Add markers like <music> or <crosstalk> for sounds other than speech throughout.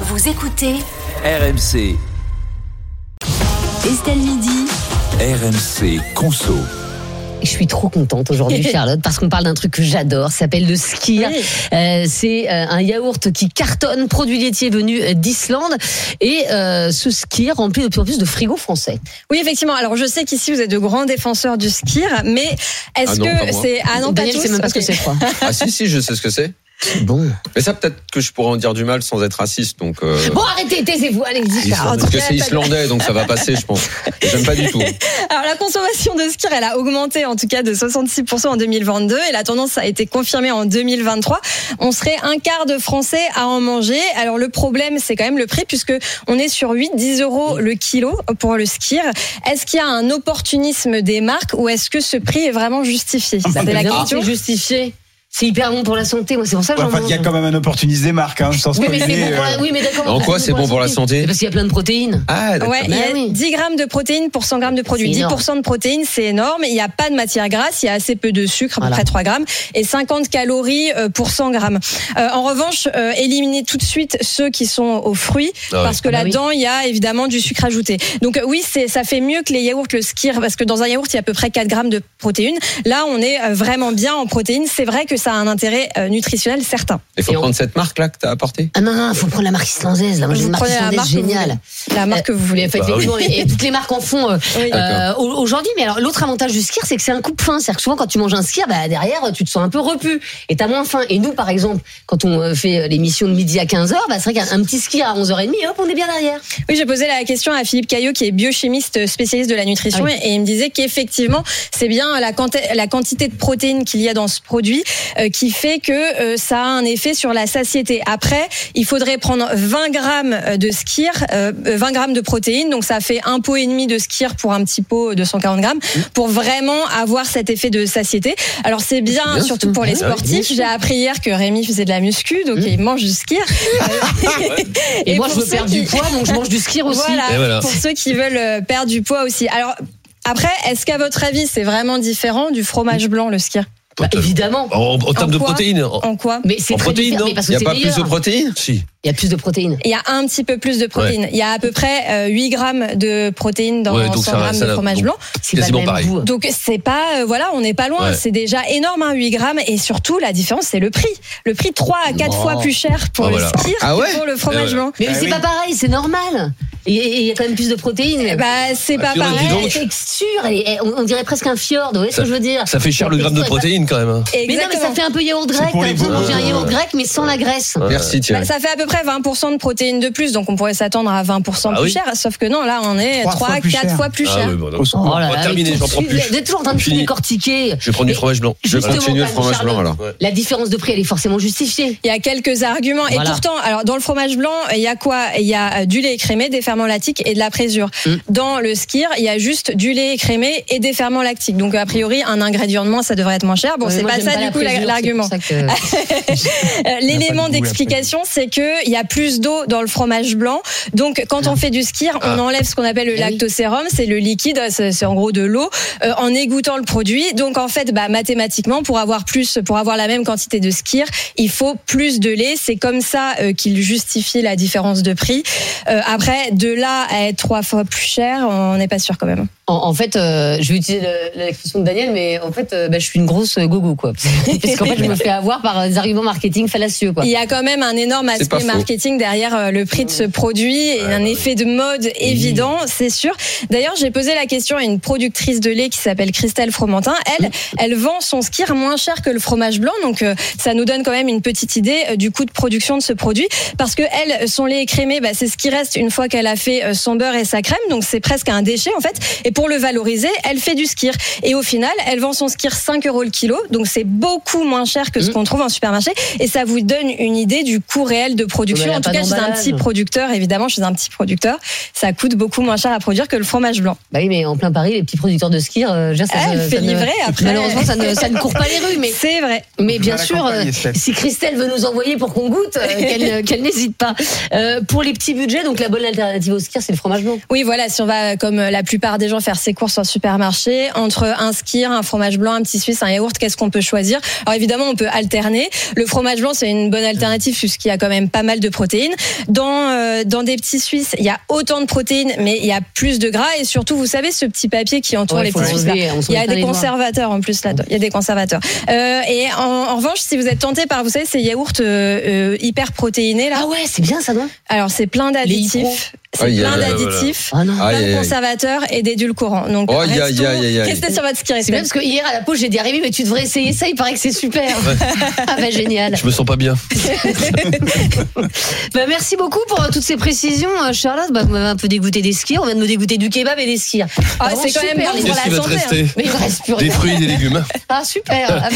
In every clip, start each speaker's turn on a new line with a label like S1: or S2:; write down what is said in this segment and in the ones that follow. S1: Vous écoutez
S2: RMC,
S1: Estelle Midi.
S2: RMC Conso.
S3: Je suis trop contente
S4: <laughs>
S3: aujourd'hui, Charlotte, parce qu'on parle d'un truc que j'adore. Ça s'appelle le skir. Euh, c'est euh, un yaourt qui cartonne, produit laitier venu euh, d'Islande. Et euh, ce skir rempli de plus en plus de frigos français.
S4: Oui, effectivement. Alors, je sais qu'ici, vous êtes de grands défenseurs du skir, mais est-ce
S5: Ah non, pas
S4: que
S5: moi.
S4: c'est. Ah non, pas
S3: Daniel,
S4: tous.
S3: c'est même pas
S4: Ok.
S3: ce que c'est, quoi.
S4: <laughs>
S5: Ah si si, je sais ce que c'est.
S3: Bon.
S5: Mais ça peut-être que je pourrais en dire du mal sans être raciste, donc. euh,
S3: Bon, arrêtez, taisez-vous. Allez, dis
S6: Ah,
S5: Islande.
S3: Charlotte.
S5: Parce que c'est islandais, donc ça va passer, je pense. J'aime
S3: <laughs>
S5: pas du tout.
S4: Alors, la consommation de skir, elle a augmenté en tout cas de 66% en 2022 et la tendance a été confirmée en 2023. On serait un quart de Français à en manger. Alors, le problème, c'est quand même le prix puisque on est sur 8-10 euros le kilo pour le skir. Est-ce qu'il y a un opportunisme des marques ou est-ce que ce prix est vraiment justifié
S5: Ah bah,
S4: C'est la
S3: Évidemment,
S4: question.
S3: C'est justifié. C'est hyper bon pour la santé. Moi, c'est pour ça que
S6: Ouais,
S3: j'en
S6: enfin, il y a
S3: mange.
S6: quand même un opportuniste des marques, hein, sans
S3: Oui, mais c'est
S6: spoiler,
S3: bon pour la-
S6: euh,
S3: oui, mais d'accord.
S5: En quoi c'est bon pour la
S3: C'est
S5: santé
S3: parce qu'il y a plein de protéines.
S5: Ah d'accord.
S4: Ouais, il y
S3: Bah oui.
S4: a 10 grammes de protéines pour 100 grammes de produits.
S3: C'est
S4: 10% de protéines, c'est énorme. Il n'y a pas de matière grasse, il y a assez peu de sucre, à peu
S3: Voilà.
S4: près 3 grammes, et 50 calories euh, pour 100 grammes. Euh, en revanche, euh, éliminez tout de suite ceux qui sont aux fruits,
S5: Ah ouais.
S4: parce que
S3: Ah bah oui.
S4: là-dedans, il y a évidemment du sucre ajouté. Donc euh, oui, c'est ça fait mieux que les yaourts, le skir, parce que dans un yaourt, il y a à peu près 4 grammes de protéines. Là, on est euh, vraiment bien en protéines. C'est vrai que ça a un intérêt euh, nutritionnel certain.
S5: Il faut
S3: Et on-
S5: prendre cette marque là que t'as apportée.
S3: Ah non, non, faut prendre la marque islandaise. Là, moi, j'ai
S4: Vous
S3: une marque
S4: prenez la
S3: islandaise
S4: marque que vous
S3: géniale.
S4: La marque que vous voulez.
S3: En fait,
S5: Bah oui.
S3: effectivement, et, et toutes les marques en font euh,
S4: Oui.
S3: euh, au- aujourd'hui. Mais alors, l'autre avantage du skir, c'est que c'est un coupe faim. C'est-à-dire que souvent, quand tu manges un skir, bah, derrière, tu te sens un peu repu et t'as moins faim. Et nous, par exemple, quand on euh, fait euh, l'émission de midi à 15h, bah, c'est vrai qu'un un petit skir à 11h30, hop, on est bien derrière.
S4: Oui, j'ai posé la question à Philippe Caillot, qui est biochimiste spécialiste de la nutrition,
S3: Ah oui.
S4: et il me disait qu'effectivement, c'est bien la, quanti- la quantité de protéines qu'il y a dans ce produit euh, qui fait que euh, ça a un effet sur la satiété. Après, il faudrait prendre 20 grammes euh, de skir, euh, 20 grammes de protéines, donc ça fait un pot et demi de skir pour un petit pot de 140 grammes, pour vraiment avoir cet effet de satiété. Alors c'est bien,
S5: bien,
S4: surtout pour les
S5: Ah oui, bien
S4: sportifs.
S5: sûr.
S4: J'ai appris hier que Rémi faisait de la muscu, donc il mange du skir.
S3: Et, moi, je
S4: pour
S3: veux
S4: ceux
S3: perdre
S4: qui-
S3: du poids, donc je mange du
S4: <laughs>
S3: skir aussi. Bah,
S4: Voilà,
S5: Et voilà.
S4: pour ceux qui veulent euh, perdre du poids aussi. Alors, après, est-ce qu'à votre avis, c'est vraiment différent du fromage blanc, le skir
S3: Bah, évidemment.
S5: En,
S4: termes de quoi protéines,
S5: en,
S4: En quoi
S3: Mais c'est très différent, mais parce que
S5: Il y a
S3: c'est
S5: pas
S3: meilleur.
S5: plus de protéines Si.
S3: Il y a plus de protéines.
S4: il y a un petit peu plus de protéines. Il y a à peu près euh, 8 grammes de protéines dans
S5: Ouais, donc
S4: 100
S5: ça-
S4: grammes
S5: ça-
S4: de fromage
S5: donc-
S4: blanc.
S3: C'est pas le
S5: Quasiment
S3: même
S5: pareil.
S3: goût.
S4: Donc c'est pas, euh, voilà, on n'est pas loin.
S5: Ouais.
S4: C'est déjà énorme, hein, 8 grammes. Et surtout, la différence, c'est le prix. Le prix 3 à 4
S6: Oh.
S4: fois plus cher pour
S5: Ah,
S4: le
S5: voilà.
S4: skir
S5: Ah ouais
S4: que pour le fromage
S5: Eh ouais.
S4: blanc.
S3: Mais
S6: Ah
S3: c'est
S6: oui.
S3: pas pareil, c'est normal. Et- Et il y a quand même plus de protéines.
S4: Bah, c'est
S5: Ah,
S4: pas
S5: puis on a dit
S4: pareil.
S5: donc.
S3: la texture, elle est- elle- on, on dirait presque un fjord, vous voyez ce
S5: Ça-
S3: que je veux dire
S7: Ça fait cher
S3: La
S7: le gramme de
S3: texture est pas-
S7: protéines quand même. hein.
S3: Mais non, mais ça
S4: Exactement.
S3: fait un peu yaourt grec.
S6: C'est pour
S3: T'as
S6: les
S3: besoin de
S6: bobos.
S3: manger un yaourt grec, mais sans la graisse.
S5: Merci
S4: Bah,
S5: Thierry.
S4: ça fait à peu près 20% de protéines de plus, donc on pourrait s'attendre à 20%
S7: Ah
S4: plus
S7: oui.
S4: cher. Sauf que non, là, on est
S6: Trois
S4: 3,
S6: fois plus
S4: 4
S6: cher.
S4: fois plus cher.
S7: Ah oui, bon,
S6: au
S7: donc,
S6: secours.
S3: Oh là
S7: On va
S3: là,
S7: terminer,
S3: mais
S7: j'en
S3: tout
S7: prends
S3: de
S7: plus.
S3: suite, Vous êtes toujours en train de tout
S7: Fini.
S3: décortiquer.
S7: je vais prendre du
S3: Et-
S7: fromage blanc.
S5: Je vais
S3: justement,
S5: continuer le
S3: Anne
S5: fromage
S3: Charlotte.
S5: blanc alors.
S3: La différence de prix, elle est forcément justifiée.
S4: Il y a quelques arguments.
S3: Voilà.
S4: Et pourtant, alors dans le fromage blanc, il y a quoi Il y a euh, du lait écrémé, des ferments lactiques et de la présure.
S3: Mm.
S4: Dans le skir, il y a juste du lait écrémé et des ferments lactiques. Donc a priori, un ingrédient de moins, ça devrait être moins cher. Bon,
S3: Ouais,
S4: c'est
S3: Euh, moi,
S4: pas
S3: j'aime
S4: ça
S3: la
S4: du coup
S3: présure,
S4: la-
S3: c'est pour
S4: l'argument.
S3: ça que-
S4: Euh, L'élément
S6: goût, la
S4: d'explication, c'est que il y a plus d'eau dans le fromage blanc. Donc, quand on fait du skir, on
S5: Ah.
S4: enlève ce qu'on appelle le
S3: Ah oui.
S4: lactosérum, c'est le liquide, c'est c'est en gros de l'eau, euh, en égouttant le produit. Donc, en fait, bah, mathématiquement, pour avoir plus, pour avoir la même quantité de skir, il faut plus de lait. C'est comme ça euh, qu'il justifie la différence de prix. Euh, après, de là à être trois fois plus cher, on n'est pas sûr quand même.
S3: En, en fait, euh, je vais utiliser le- l'expression de Daniel, mais en fait, euh, bah, je suis une grosse gogo,
S4: <laughs>
S3: quoi. Parce qu'en fait, je me fais avoir par euh, des arguments marketing fallacieux, quoi.
S4: Il y a quand même un énorme
S5: C'est pas
S4: aspect
S5: faux.
S4: marketing derrière euh, le prix de ce produit et un effet de mode évident, c'est sûr. D'ailleurs, j'ai posé la question à une productrice de lait qui s'appelle Christelle Fromentin. Elle, elle vend son skir moins cher que le fromage blanc, donc euh, ça nous donne quand même une petite idée euh, du coût de production de ce produit. Parce que elle, son lait écrémé, bah, c'est ce qui reste une fois qu'elle a fait euh, son beurre et sa crème, donc c'est presque un déchet en fait. Et pour le valoriser, elle fait du skir. Et au final, elle vend son skir 5 euros le kilo, donc c'est beaucoup moins cher que ce
S3: Mm.
S4: qu'on trouve en supermarché. Et ça vous donne une idée du coût réel de
S3: Mais
S4: production.
S3: elle a
S4: En tout
S3: pas
S4: cas, chez un
S3: d'emballage.
S4: petit producteur, évidemment, chez un petit producteur, ça coûte beaucoup moins cher à produire que le fromage blanc.
S3: Bah oui, mais en plein Paris, les petits producteurs de ski, euh, déjà, ça,
S4: Ah,
S3: ne-
S4: elle
S3: ça
S4: fait
S3: ne-
S4: livrer après.
S3: Malheureusement, ça ne, ça ne court pas les rues, mais
S4: C'est vrai.
S3: Mais
S6: Mal
S3: bien sûr,
S6: accompagné,
S3: euh,
S6: Steph.
S3: si Christelle veut nous envoyer pour qu'on goûte,
S4: <laughs>
S3: euh, qu'elle euh, qu'elle n'hésite pas. Euh, pour les petits budgets, donc la bonne alternative au skier, c'est le fromage blanc.
S4: Oui, voilà, si on va, euh, comme euh, la plupart des gens, faire ses courses en supermarché, entre un skir, un fromage blanc, un petit suisse, un yaourt, qu'est-ce qu'on peut choisir Alors évidemment, on peut alterner. Le fromage blanc, c'est une bonne alternative puisqu'il y a quand même pas mal de protéines. Dans euh, dans des petits suisses, il y a autant de protéines, mais il y a plus de gras et surtout, vous savez, ce petit papier qui entoure
S3: Ouais,
S4: les
S3: faut
S4: petits suisses. là.
S3: l'enlever, on s'en
S4: Il y a
S3: éteint
S4: des
S3: les doigts.
S4: conservateurs en plus là-dedans. Il y a des conservateurs. Euh, et en, en revanche, si vous êtes tenté par, vous savez, ces yaourts euh, euh, hyper protéinés là,
S3: Ah ouais, c'est bien ça, non
S4: alors c'est plein
S3: Ah. Les
S4: d'additifs. C'est
S5: Aïe,
S4: plein
S5: aïe, aïe,
S4: d'additifs.
S3: Ah non.
S5: Ah, Aïe,
S4: plein
S5: aïe,
S4: de
S5: aïe.
S4: conservateurs et d'édulcorants. Donc,
S5: Oh, aïe, aïe,
S4: restons-
S5: aïe, aïe, aïe.
S4: restez sur votre ski
S3: C'est bien parce que hier à la pause j'ai dit Rémi mais tu devrais essayer ça, il paraît que c'est super. <laughs> ah bah génial.
S5: Je me sens pas bien.
S3: Bah, merci beaucoup pour euh, toutes ces précisions, euh, Charlotte. Bah, vous m'avez un peu dégoûté des skis, on vient de me dégoûter du kebab et des skis.
S4: Ah, c'est quand même
S3: super,
S4: bon
S3: les
S4: pour
S3: gars.
S4: la santé. hein.
S3: Mais il ne reste plus
S5: Des
S3: rien.
S5: fruits et
S4: <laughs>
S5: des légumes.
S3: Ah super.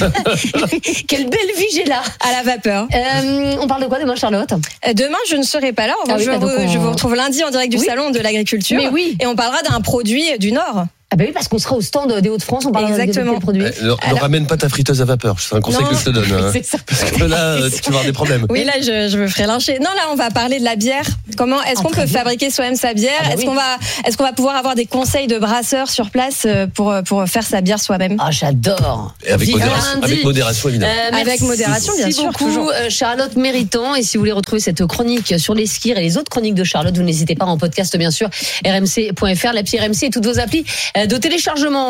S3: <laughs> Quelle belle vie j'ai là.
S4: À la vapeur.
S3: Euh, on parle de quoi demain, Charlotte
S4: Euh, Demain, je ne serai pas là. En
S3: Ah
S4: revanche,
S3: oui,
S4: je,
S3: bah, donc
S4: vous,
S3: on-
S4: je vous retrouve lundi en direct du
S3: Oui.
S4: salon de l'agriculture.
S3: Mais oui.
S4: Et on parlera d'un produit du Nord.
S3: Ah bah oui, parce qu'on sera au stand des Hauts-de-France, on parle
S4: Exactement.
S3: de quel produit.
S1: Eh, Ne, ne ramène pas ta friteuse à vapeur, c'est un conseil
S4: Non.
S1: que je te
S4: <laughs>
S1: donne. hein.
S3: C'est ça.
S1: Parce que là, euh, tu vas avoir des problèmes.
S4: Oui, là, je, je me ferai lyncher. Non, là, on va parler de la bière. Comment est-ce
S3: Ah,
S4: qu'on
S3: très
S4: peut
S3: bien.
S4: fabriquer soi-même sa bière
S3: Ah, bah
S4: Est-ce
S3: oui.
S4: qu'on va, est-ce qu'on va pouvoir avoir des conseils de brasseurs sur place euh, pour pour faire sa bière soi-même
S3: Ah j'adore.
S1: Et avec,
S3: Vive
S1: modération,
S3: lundi.
S1: avec modération, évidemment.
S3: Euh,
S4: Avec
S3: merci
S4: modération, bien sûr,
S3: beaucoup,
S4: toujours.
S3: euh, Charlotte Méritant. Et si vous voulez retrouver cette chronique sur les skis et les autres chroniques de Charlotte, vous n'hésitez pas en podcast, bien sûr, rmc.fr, l'appli RMC et toutes vos applis euh, de téléchargement.